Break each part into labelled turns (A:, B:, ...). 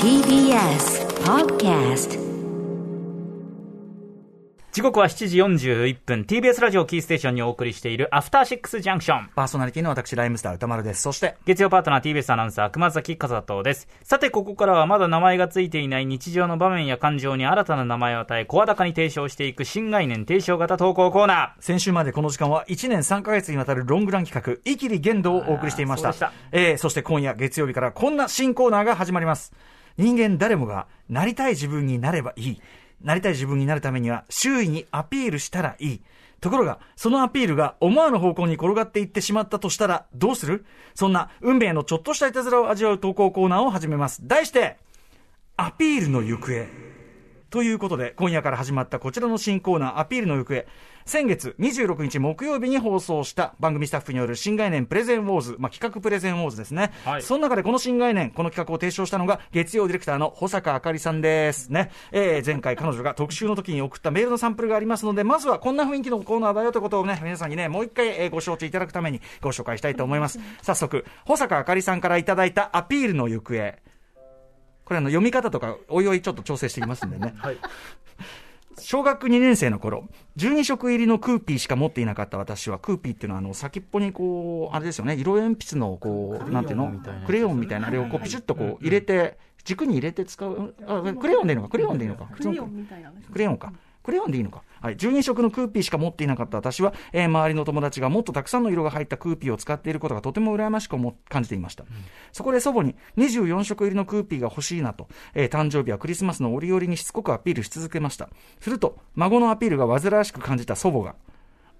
A: TBS Podcast
B: 時刻は7時41分 TBS ラジオキーステーションにお送りしているアフターシックスジャンクション
C: パーソナリティの私、ライムスター歌丸です。そして、
B: 月曜パートナー TBS アナウンサー熊崎和人ですさてここからはまだ名前がついていない日常の場面や感情に新たな名前を与え声高に提唱していく新概念提唱型投稿コーナー
C: 先週までこの時間は1年3ヶ月にわたるロングラン企画、イキリ言動をお送りしていました。
B: あーそうでし
C: えーそして今夜月曜日からこんな新コーナーが始まります。人間誰もがなりたい自分になればいい。なりたい自分になるためには周囲にアピールしたらいい。ところが、そのアピールが思わぬ方向に転がっていってしまったとしたらどうするそんな運命のちょっとしたいたずらを味わう投稿コーナーを始めます。題して、アピールの行方。ということで、今夜から始まったこちらの新コーナー、アピールの行方。先月26日木曜日に放送した番組スタッフによる新概念プレゼンウォーズ、まあ、企画プレゼンウォーズですね。
B: はい
C: その中でこの新概念、この企画を提唱したのが、月曜ディレクターの保坂あかりさんですね。えー、前回彼女が特集の時に送ったメールのサンプルがありますので、まずはこんな雰囲気のコーナーだよということをね、皆さんにね、もう一回、えーご承知いただくためにご紹介したいと思います。早速、保坂あかりさんからいただいたアピールの行方。これあの読み方とかおいおいちょっと調整していきますんでね。
B: はい
C: 小学2年生の頃、12色入りのクーピーしか持っていなかった私は、クーピーっていうのはあの先っぽにこう、あれですよね、色鉛筆のこう、なんていうの、クレヨンみたいなあれをこうピシュッとこう入れて、軸に入れて使う、あクレヨンでいいのか、クレヨンでいいのか。
D: クレヨンみたいなの
C: クレヨンか。クレヨンでいいのか。はい。12色のクーピーしか持っていなかった私は、えー周りの友達がもっとたくさんの色が入ったクーピーを使っていることがとても羨ましく思感じていました。そこで祖母に24色入りのクーピーが欲しいなと、えー誕生日はクリスマスの折々にしつこくアピールし続けました。すると、孫のアピールが煩わしく感じた祖母が、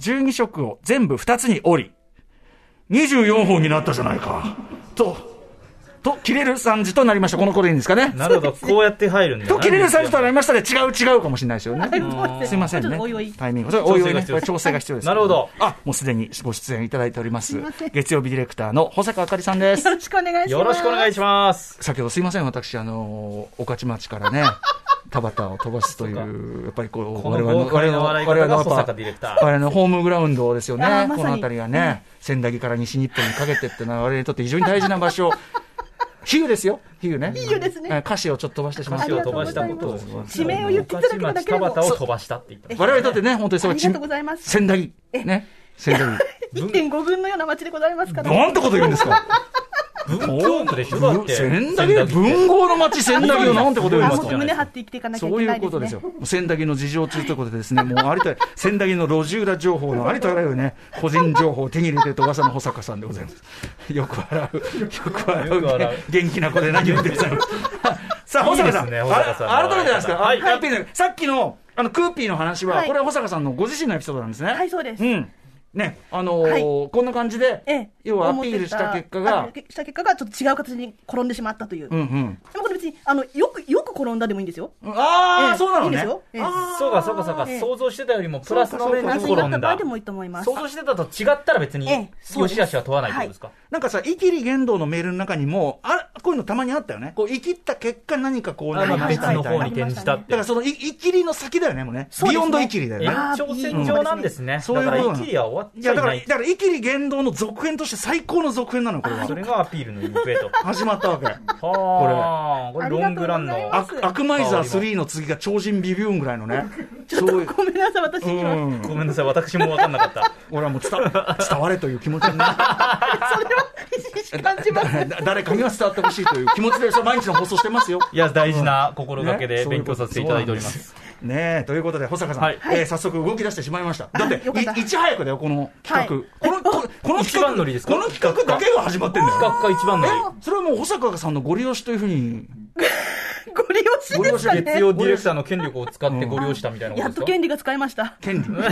C: 12色を全部2つに折り、24本になったじゃないか。と、と、切れる惨事となりました。この頃でいいんですかね。
B: なるほどこうやって入るんだ
C: と切れるサイズと
B: な
C: はなりましたで、違う違うかもしれないですよね。
D: が。
C: すいません
D: ちょっ
C: ね
D: とおいおい。。
C: タイミング。それおいおいね。
B: 調整が必要で
C: これ
B: す
C: 調整が必要です。
B: なるほど。
C: あ、もうすでにご出演いただいております
D: いません。
C: 月曜日ディレクターの保坂あかりさんです
D: よ。ろしくお願いします。
B: よろしくお願いします
C: 先ほどすいません、私、あのー、御徒町からね、 田畑を飛ばすという、やっぱりこう、
B: この豪快な笑い方が保
C: やっ
B: 坂
C: ぱ
B: ディレクタ
C: 我
B: ー
C: 々のホームグラウンドですよね
D: あー、
C: こ
D: まさに
C: の辺りがね、仙台から西日本にかけてってのは、我々にとって非常に大事な場 所、比喩ですよ、比喩ね、比
D: 喩ですね
C: 歌詞をちょっと飛ばしてしまいま
B: 足
C: し
B: を
C: た
B: 飛ばしたことを
D: ありがとうございます地名を言っていただけただけでも
B: 御徒町田畑を飛ばしたって言ってまし
C: 我々にとってね、本当にそ
D: あ
C: う
D: りがとうございます。
C: 仙台ね、仙台。
D: 1.5分のような街でございますから。
C: なんてこと言うんですか
B: た文京区でしょだって
C: 千駄木文豪の町千駄木をなんてこと言うん
D: あ
C: です
D: もう
C: か
D: 胸張って生きていかなきゃい
C: そう
D: け
C: い
D: な
C: う
D: い
C: こ
D: です
C: とで
D: ね
C: すよ。。千駄木の事情中ということで ですね、もうありとあらゆる、千駄木の路地裏情報のありとあらゆるね、個人情報を手に入れてると噂の保坂さんでございます。よく笑う、よく笑う,、
B: よく笑う
C: 元気な子で何言ってるさ います。さあ、保坂さん、
B: いいですね保坂さんの
C: あら改めてなんですか、
B: はい
C: ハッピーなさっきの、あの、クーピーの話は、
D: はい
C: これは保坂さんのご自身のエピソードなんですね。
D: はいそうです
C: うん。ね、あのーこんな感じで、
D: ええ
C: 要はアピールした結果
D: ア
C: が、
D: ピールした結果がちょっと違う形に転んでしまったという。
C: うんうん。
D: でもこれ別に、あの、よく、よく転んだでもいいんですよ。
C: ああ、
D: ええ
C: そうなの
D: いいで
C: ね
D: すよ。ええ
C: あー
B: そうかそうかそうか、
D: ええ
B: 想像してたよりもプラスの面に
D: プラス
B: 転
D: になっ
B: ん
D: た場合
B: だ
D: でもいいと思います
B: 想。像してたと違ったら別に
D: ええそう
B: 良
D: です
B: し悪しは問わないってことですか、
C: なんかさ、イキリ言動のメールの中にも、あこういうのたまにあったよね。こう、イキった結果何かこうなり
B: あまあ
C: まし
B: 別
C: た
B: の
C: みたい
B: 方
C: な。
B: に
C: だ
B: 転じたって
C: からそのイ、イキリの先だよね、もうね。
D: そう
C: ビ
D: で
C: ヨ
D: すね
C: ンドイキリだよ
B: 延
C: ね。
D: あ
B: 長線上なんですね、
C: そうい
B: だ
C: う
B: から
C: こと
B: 一気には終わっ
C: い
B: ちゃ
C: や、
B: い
C: だか
B: な
C: ら、
B: い
C: だから、イキリ言動の続編として最高の続編なの、 これ
B: そ
C: は。
B: れがアピールの行方と
C: 始ま ったわけ。
B: はあこれ
D: あり
B: ロ
D: がと
B: ン
D: う
B: グランの
D: ございま
C: ア
D: す
C: クアクマイザー3の次が超人ビビューンぐらいのね。そういう。
D: ごめんなさい、私
C: う
D: 今、
C: ん。
B: ごめんなさい私も分かんなかった
C: 俺はもう伝わ伝われという気持ち になる。
D: それは、ひしひし感じま す。
C: だ誰かには伝わってほしいという気持ちで、それ毎日の放送してますよ。
B: いや大事な心
C: ね
B: がけで勉強させていただいておりま。
C: そう
B: す
C: うことそうなんですねえということで、保坂さん、
B: はい
C: えー早速動き出してしまいました。だって、
D: あよかった
C: いいち早くだよ、この企画。このここの
B: 一
C: 企
B: 番
C: 画
B: 乗りですか
C: この企画だけが始まってんだよ。
B: 学科一番乗り
C: えそれはもう保坂さんのご利用しというふうに、
D: ご利用しですかね。
B: 月曜ディレクターの権力を使ってご利用したみたいなこ
D: や
B: とです
D: っと
B: か
D: 権利が使えました。
C: 権利。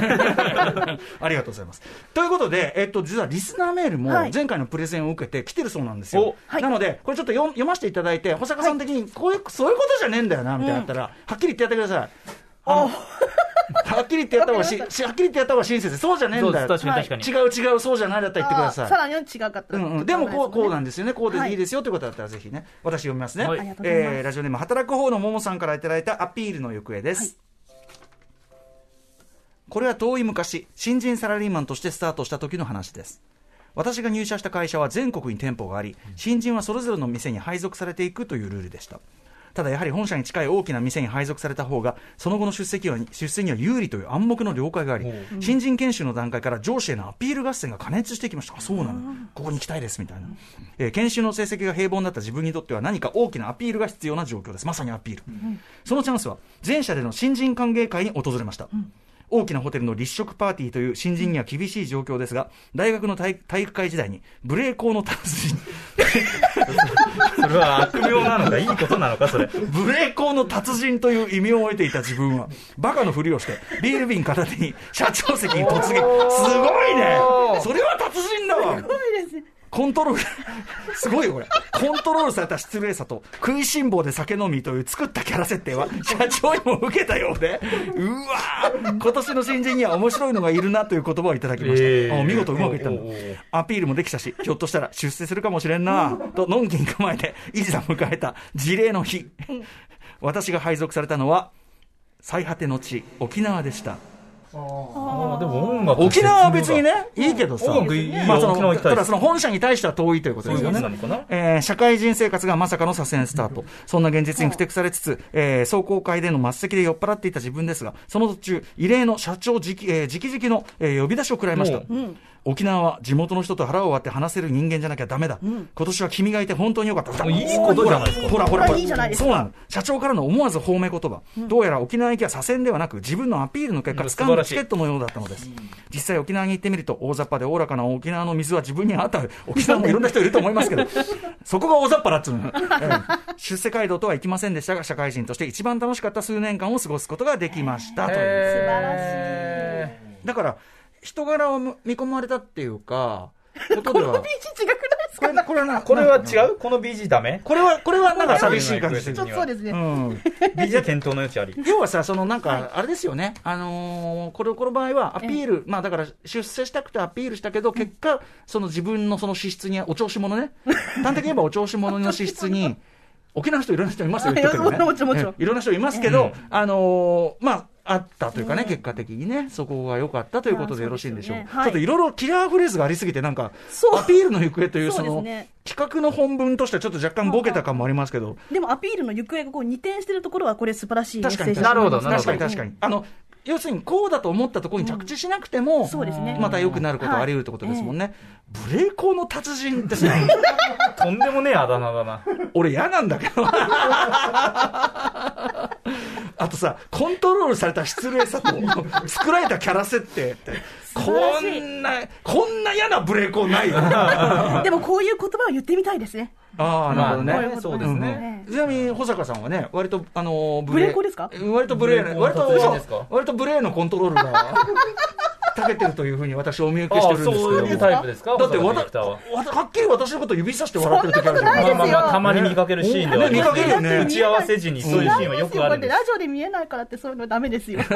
C: ありがとうございます。ということで、えっと、実はリスナーメールも
D: はい
C: 前回のプレゼンを受けて来てるそうなんですよ
B: お。
D: はい
C: なので、これちょっと読読ませていただいて、保坂さん的に、こういう、そういうことじゃねえんだよな、みたいなのあったら、はっきり言ってやってください。
D: お
C: はっきり言ってやった方がし、しはっきり言ってやった方が親切で、そうじゃねえんだよ。
B: そうです確かに
C: 違う違う、そうじゃないだったら言ってくだ
D: あ
C: さ
D: さ
C: い。
D: らに違うかった。
C: うんうん、でもこうこうなん ですよね、こうで
D: はいい
C: いですよということだったら、ぜひね、私読みますね、
B: はい
D: ありがとうございます
C: えーラジオネーム、働く方のももさんからいただいたアピールの行方です。これは遠い昔、新人サラリーマンとしてスタートした時の話です。私が入社した会社は全国に店舗があり、新人はそれぞれの店に配属されていくというルールでした。ただやはり本社に近い大きな店に配属された方が、その後の出席は出世には有利という暗黙の了解があり、新人研修の段階から上司へのアピール合戦が加熱してきました、あそうなの、ここに行きたいですみたいな、えー研修の成績が平凡だった自分にとっては、何か大きなアピールが必要な状況です、まさにアピール、そのチャンスは、前社での新人歓迎会に訪れました。大きなホテルの立食パーティーという新人には厳しい状況ですが、大学の体体育会時代に、無礼講の達人、
B: それは悪名なのか、いいことなのか、それ。
C: 無礼講の達人という異名を得ていた自分は、バカのふりをして、ビール瓶片手に社長席に突撃。すごいねそれは達人だわ
D: ごいですね。
C: コントロール、 すごいよこれ。コントロールされた失礼さと、食いしん坊で酒飲みという作ったキャラ設定は、社長にも受けたようで、うわー今年の新人には面白いのがいるなという言葉をいただきました。
B: えー
C: あ見事うまくいったんだ
B: おーおー。
C: アピールもできたし、ひょっとしたら出世するかもしれんなと、のんきに構えて、いざ迎えた事例の日。私が配属されたのは、最果ての地、沖縄でした。
B: あーでも音楽
C: 沖縄は別に。ね、いいけどさ、
B: 音楽いいよ
C: まあそ
B: 沖縄行
C: の
B: きたいです
C: ただその本社に対しては遠いということ
B: そう
C: で
B: い
C: す
B: う
C: よ
B: こ
C: ね
B: とな。のかな
C: えー社会人生活がまさかの左遷スタート。そんな現実にふてくされつつ、えー壮行会での末席で酔っ払っていた自分ですが、その途中、異例の社長直、えー直々の、えー呼び出しを食らいました。沖縄は地元の人と腹を割って話せる人間じゃなきゃダメだ。今年は君がいて本当によかった。
B: もういいことじゃないですか
C: ほらほらほら。
D: いいじゃないですか、
C: そうなの。社長からの思わず褒め言葉。どうやら沖縄行きは左遷ではなく、自分のアピールの結果、
B: うん
C: 掴んだチケットのようだったのです。実際沖縄に行ってみると、大雑把でおおらかな沖縄の水は自分に合った、沖縄もいろんな人いると思います けど、そこが大雑把だっつうの。ええ出世街道とはいきませんでしたが、社会人として一番楽しかった数年間を過ごすことができましたという。
B: えー
C: だから、人柄をむ見込まれたってい うか、ことでは
D: BG 違くないです
C: こ
D: か
C: れこれはな
B: これは違うこの BG ダメ
C: これは、これはなんか寂しい感じして
D: ち
C: る
D: ょっ。とそうですね。
C: うん。
B: ?BG 検討の余地あり。
C: 要はさ、そのなんか、あれですよね、あのーこれこの場合はアピール、まあだから出世したくてアピールしたけど、結果、その自分のその資質に、お調子 者ね、端的に言えばお調子者の資質に、沖縄の人、いろんな人いますよ、言っとくけどね
D: いやもちろんもちろん
C: えいろんな人いますけど、あのーまあ、あったというかね、結果的にね、そこが良かったということでよろしいんでしょう。
D: いやそうで
C: ち
D: すよねはい
C: ょっといろいろキラーフレーズがありすぎて、なんか、
D: そう
C: アピールの行方という、
D: そ
C: そう
D: です
C: の、
D: ね
C: 企画の本文としてはちょっと若干ボケた感もありますけど、
D: でもアピールの行方がこう二転してるところはこれ素晴らしいメッ
C: 確か
D: セー
C: に
D: ジ
B: なるほどなるほ
C: 確か
B: ど
C: に確かに。あの、要するにこうだと思ったところに着地しなくても、
D: そうですね
C: また良くなることはあり得るってことですもんね。ブレーコーの達人って さ、
B: とんでもねえあだ名だな。
C: 俺嫌なんだけど。 あとさ、コントロールされた失礼さと、作られたキャラ設定って、こ
D: らしい
C: んな、こんな嫌なブレーコーないよ。
D: でもこういう言葉を言ってみたいですね。
C: ああ、なるほどね。
B: まあねそうです
D: ね
C: うんちなみに保坂さんはね、割と、あのー、
D: 無礼講ですか
C: 割とブレー、
B: 無礼
C: 割
B: 講の
C: と
B: 達人ですか、
C: 割とブレーのコントロールが、長けてるというふうに私お見受けしてるんですけど。
B: そういうタイプですか
C: だってわ
B: 保
C: た、
B: 坂ディレクターは
C: わたはっきり私のこと指さして笑ってる時あるじゃん。
D: そんなことないですよ
B: たまに見かけるシーンではあります
C: ね見かけるよね
B: 打ち合わせ時にそういうシーンはよくあるんで
D: 違い
B: す
D: ますよこれラ。ジオで見えないからってそういうのダメ ですよ。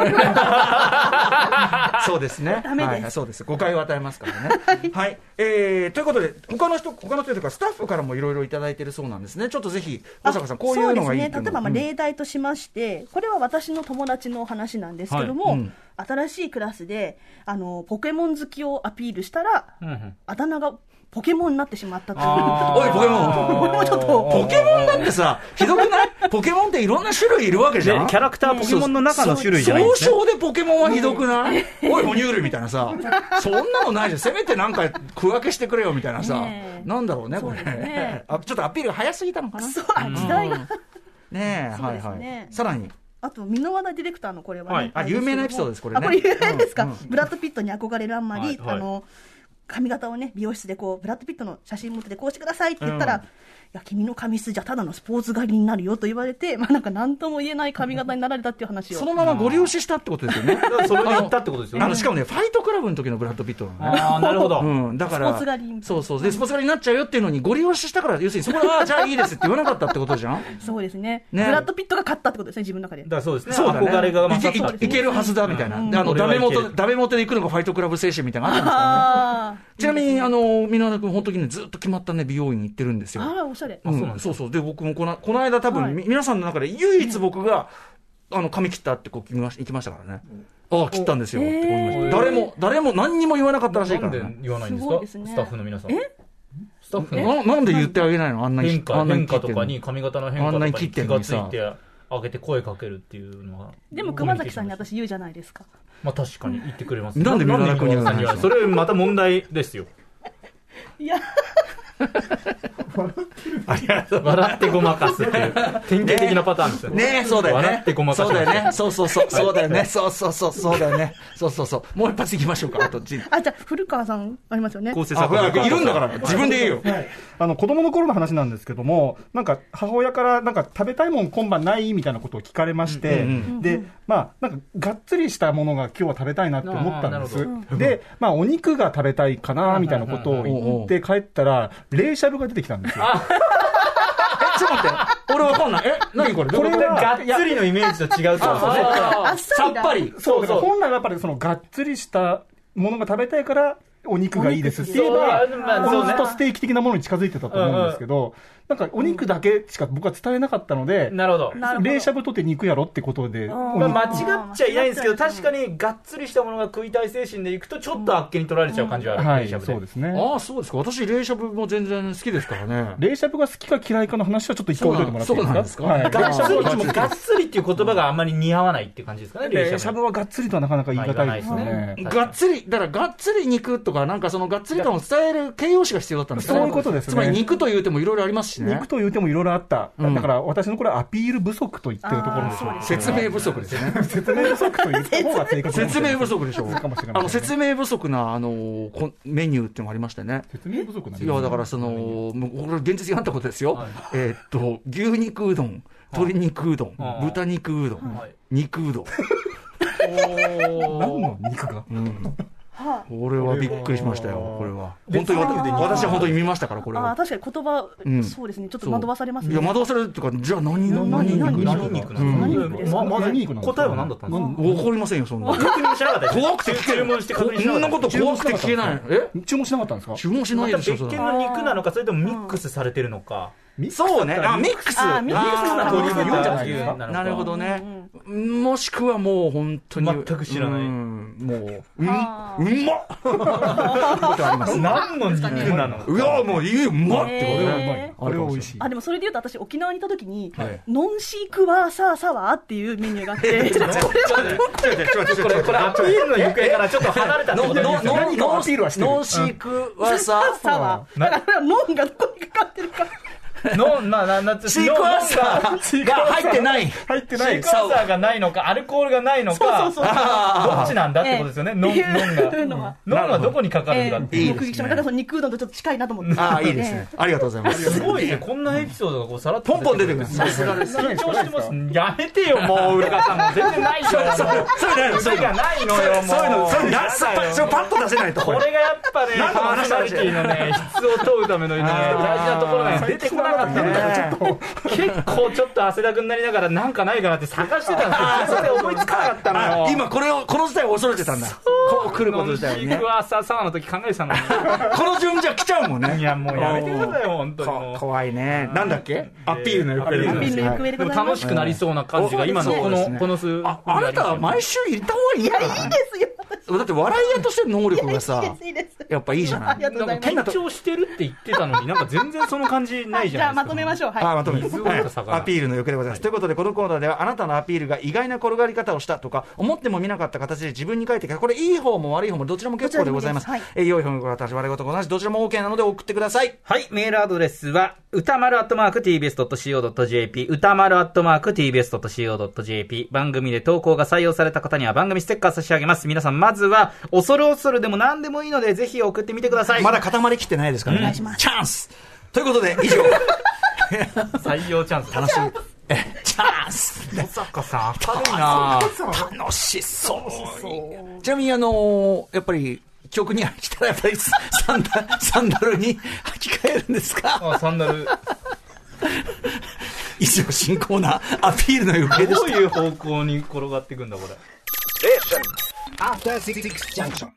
C: そうですね。
D: ダメです
C: はい、そうです。誤解を与えますからね。はい、えーということで、他の人、他の人というか、スタッフからもいろいろいただいてるそうなんですね。ちょっとぜひ、保坂さん、こういうのがいい
D: そ
C: っ
D: う
C: てい
D: です
C: う
D: ね。例え
C: の
D: ばまあ
C: うん
D: 例題としまして、これは私の友達の話なんですけども、
C: はいうん
D: 新しいクラスであのポケモン好きをアピールしたら、
B: うんうん
D: あだ名がポケモンになってしまったという。
B: あ
C: おいポケモ
B: ン
D: これもちょっと
C: ポケモンだってさ、ひどくないポケモンっていろんな種類いるわけじゃん
B: でキャラクターポケモンの中の種類じゃないんですね
C: 総称でポケモンはひどくないおい、哺乳類みたいな さ、そんなのないじゃん。せめてなんか区分けしてくれよみたいなさ
D: ね、え
C: なんだろうね、こ
D: そうです
C: れ
D: ね。
C: あちょっとアピールが早すぎたのかな
D: そうあ 時代が、
C: ねえ、
D: そう
C: は
D: で
C: い
D: すね
C: はい。さらに、
D: あと箕輪田ディレクターのこれはね、
B: はい
C: あ有名なエピソードですこれね
D: あこれ有名ですか、
C: うんうん
D: ブラッド・ピットに憧れるあんまり、
B: はいはい
D: あの髪型をね美容室でこうブラッド・ピットの写真持っててこうしてくださいって言ったら、
C: うん
D: いや君の髪質じゃただのスポーツ刈りになるよと言われて、まあ、なんか何とも言えない髪型になられたっていう話を
C: そのままご利用ししたってことですよね。
B: だからそれで行ったってことですよ
C: あ
B: ね
C: の、。しかもね、ファイトクラブの時のブラッド・ピットなのね。
B: ああ、なるほど。
C: うん、だから、
D: スポーツ狩りみたいな
C: そうそう、で、スポーツ狩りになっちゃうよっていうのに、ご利用ししたから、要するに、そこで、ああ、じゃあいいですって言わなかったってことじゃん。
D: そうですね
C: ね
D: ブラッド・ピットが勝ったってことですね自分の中で
B: だからそうですね。
C: そうだね
B: 憧れがまさ
C: いけ
B: か
C: い。けいけるはずだみたいな、であの
B: 俺
C: ダ
B: は
C: メ
B: いける
C: 元ダメ元で行くのがファイトクラブ精神みたいなのあったんですからね
D: あ
C: ちなみにあの箕輪田君本当にねずっと決まったね美容院に行ってるんです
D: ー
C: よ、
D: あーおしゃれ、
C: うんそうそうで僕もこのこの間多分、
D: はい
C: み皆さんの中で唯一僕が、あの髪切ったってこう行きまし行きましたからね、ああ、切ったんですよ。
D: へー
C: 誰も、誰も何にも言わなかったらしい
B: な
C: か
B: ん
C: ら
B: で
C: ね。
B: 言わないんです
D: すご
B: か
D: いですね
B: スタッフの皆さん。スタッフの
C: ななんで言ってあげないのあんなに
B: 変
C: あ
B: 化、
C: んな
B: 変
C: に切
B: 化
C: って
B: と
C: んの
B: かに、髪型の変化
C: あんな
B: と
C: に
B: か
C: 切っ
B: に
C: て
B: 気
C: んの
B: が
C: に
B: つ
C: さ
B: いて、上げて声かけるっていうのは。
D: でも熊崎さんに私言うじゃないですか。
B: まあ確かに言ってくれます。
C: なんで三浦君に言わ
B: な
C: なんいん
B: で
C: で
B: 三浦
C: すか
B: 君にそれまた問題ですよ。
D: いや、
B: 笑ってごまかすっていう、典型的なパターンですよね。
C: ねえ、そうだよね。
B: 笑ってごまかし
C: そう
B: ま
C: だ
B: す
C: よね。そうそうそう。そうだよね。そうそうそう。そうだよね。そうそうそう。もう一発行きましょうか。あと、じ
D: あ、じゃあ古川さんありますよね。
B: 構成
C: あ、
B: 作家
C: ほら、
B: の方
C: いるんだから、自分で言えよ。
E: はい、あの子供の頃の話なんですけども、なんか母親からなんか食べたいもん今晩ないみたいなことを聞かれまして、
C: うんうん
E: で、まあ、なんかがっつりしたものが今日は食べたいなって思ったんで
B: あー
E: す
B: なる。
E: で、まあ、お肉が食べたいかなみたいなことを言って帰ったら、冷しゃぶが出てきたんですよ。
C: え、ちょっと待って。俺わかんない。え、何これ
E: これは
B: がっつりのイメージと違うってことですね。
C: あ
D: あ
C: ー
D: っ
C: さ
D: さ
C: っ
D: りだ
C: ぱり。
E: そう、だか
B: そうそう
E: ら本来はやっぱりそのがっつりしたものが食べたいから、お肉がいいですって言えば
B: そうまあ、
E: お
B: そう
E: の
B: ね
E: ずとステーキ的なものに近づいてたと思うんですけど、なんかお肉だけしか僕は伝えなかったので、
B: なるほど。
D: なるほど
E: 冷しゃぶとって肉やろってことで、お
B: まあ
E: 肉
B: 間違っちゃいないんですけど、確かにがっつりしたものが食いたい精神でいくと、ちょっとあっけに取られちゃう感じはあ
E: は
B: る、
E: い、
B: シャブ
E: そうですね。
C: ああ、そうですか。私、冷しゃぶも全然好きですからね。
E: 冷しゃぶが好きか嫌いかの話はちょっと一回置いといてもらっていいですか
C: そうなんですか
E: は
B: がっ
E: い冷し
B: つ
E: ゃぶ
B: り
E: は
B: で
E: がっつ
B: も
E: り
B: がっつりっていう言葉があんまり似合わないって感じですかね、
E: 冷しゃぶはがっつりとはなかなか言い難いですよ
B: まあ言わない
E: ね
B: です。ね
C: がっつり、だからがっつり肉とか、なんかそのがっつり感を伝える形容詞が必要だったんですよね
E: そういうことですね
C: つまり肉と言うてもいろいろありますしね
E: 肉。と言うてもいろいろあった。
C: うん
E: だから私のこれはアピール不足と言ってるところですよ
D: あーそうで
C: 説明不足ですね。
E: 説明不足と言った方が正確
C: 説明不足でしょ。
E: かもしれませんね
C: あの、説明不足な、あのー、こメニューっていうのがありましてね。
E: 説明不足なん
C: いや、だからその、もうこれ現実にあったことですよ。えーっと、牛肉うどん、鶏肉うどん
B: は、い
C: 豚肉うどん
B: はい、
C: 肉うどん。
E: 何の肉が
D: は
C: これはびっくりしましたよ、これは。本当に私、私は本当に見ましたから、これ
D: あ、あ
C: は
D: ー。確かに言葉、
C: うん
D: そうですね。ちょっ
C: そ
D: と
C: う
D: 惑わされますね。
C: いや、惑わされるっていうか、じゃあ何、何、
E: 何
C: 何
E: 何
B: 何肉な
E: 何
B: の
E: 肉です
B: ま
E: か
B: まず
E: 何肉なんですか
B: 答えは何だったんですか
C: 怒りませんよ、そんな。
B: 確認しなかったです
C: 怖くて聞け
B: 注文して確認しな
C: こ
B: か
C: んな
B: った
C: こと怖くて聞けない。え
E: 注文しなかったんですか
C: 注文し
B: ま
C: ない
B: た
C: でし
B: 別
C: ょ、そ
B: 件
C: れ。
B: の肉なのか、それともミックスされてるのか。
C: そうね、あ、ミックス。
D: あーミックス
C: あ
D: な
C: ー
D: 鶏肉
E: 言うんじゃないですか
C: なるほどね
D: うん。
C: もしくはもう本当に。
B: 全く知らない
C: うんもう、うん、うま
D: あ
C: っことあります。
B: 何の肉なの
C: うわ、もういい、うまっって
E: こ
C: こ
E: れ
C: と
E: は
C: ね
E: うまい。これは美味しい
D: あ。でもそれで言うと私沖縄にいた時に、
C: はい
D: ノンシークワーサーサワーっていうメニューがあって
B: これ、これ、アピールの行方からちょっと離れたってこと
C: ノ
B: で
C: ン
B: すよ
C: ノ
B: ね
C: ンノンノン
E: かをアピールはしてる
C: ノンシークワサ
D: サーサワーだからこれはノンがどこにかかってるか
B: の、な、な、な、
C: シークワサーが入ってない。
E: 入って
B: シ
E: な
B: ー
E: い
B: ク。ワーサーがないのか、アルコールがないのか、どっちなんだってことですよね、ノン、
D: いう
B: ノ
D: の
B: ン
D: は
B: が。ノンはどこにかかるんだって
D: え
B: い
D: え
B: う。
D: 目撃しましただからその肉うどんとちょっと近いなと思って
C: ああ、いいですね。ありがとうございます。
B: すごいね、こんなエピソードがこうさらっと
C: ポンポン出てくる。さすがです。
B: 緊張してます。やめてよ、もう、浦川さんも。全然ないよ。
C: そういうの、そう
B: 手
C: いうの
B: が。ないのよ、もう。
C: そういうの、そういうの、
B: や
C: そ
B: だよ
C: れパッと出せないと。
B: これがやっぱね、
C: 何
B: パ
C: の
B: ー
C: 話
B: ソナリティのね、質を問うためのね、大事なところがね出てこなかったんだよ。
C: ね
B: 結構ちょっと汗だくになりながら、なんかないかなって探してたんですよ。全然思いつかなかったのよ。
C: あ今これをこの時代を恐れてたんだこう来ること自体を
B: ノンシー
C: ね
B: クワーサーサワーの時考えてたのに。
C: この順じゃ来ちゃうもんね
B: いや、もうやめてくださいよ、本当に
C: こ
B: もう。
C: 怖いねなんだっけアピールの行方
B: ア
D: ピンの行方で
B: で
D: ご
B: も
D: ざいま
B: 楽
D: す
B: しくなりそうな感じが、今のこ
C: そうですね
B: の、この数。
C: ああなたは毎週行った方がいいよ
D: ですよ
C: だって笑い屋としての能力がさ
D: いいですいいです
C: やっぱいいじゃな
D: あり
C: い
D: がとうございます
B: 緊張してるって言ってたのに、なんか全然その感じ ないじ
D: じゃ
B: ゃ
D: あ
B: ない
D: ま
B: ですか。
D: とめましょうはい
C: あまとめて
B: 水を
C: は
B: 得
C: い
B: た魚
C: アピールの欲でございます。ということで、このコーナーでは、あなたのアピールが意外な転がり方をしたとか、思っても見なかった形で自分に返ってきた、これ、いい方も悪い方もどちらも結構でございます。
D: どちらでもいいです
C: えー良い方も私、悪いことも同じ、どちらも OK なので送ってください。
B: はい、メールアドレスは、歌丸アットマーク tbs.co.jp、歌丸アットマーク tbs.co.jp、番組で投稿が採用された方には番組ステッカー差し上げます。皆さん、まずは、恐る恐るでも何でもいいので、ぜひ送ってみてください。
C: まだ固まりきってないですからね。チャンスということで、以上、
B: 採用チャンス。
C: 楽しい。えチャンス
B: まさかさん、当たる
C: 楽しそう。ちなみに、あのーやっぱり、曲に飽きたら、やっぱりサンダ、サンダルに履き替えるんですか
B: あ、サンダル。
C: 以上、新コーナー、アピールの行方で
B: どう
C: した。
B: いう方向に転がっていくんだ、これ。
F: After Six Junction.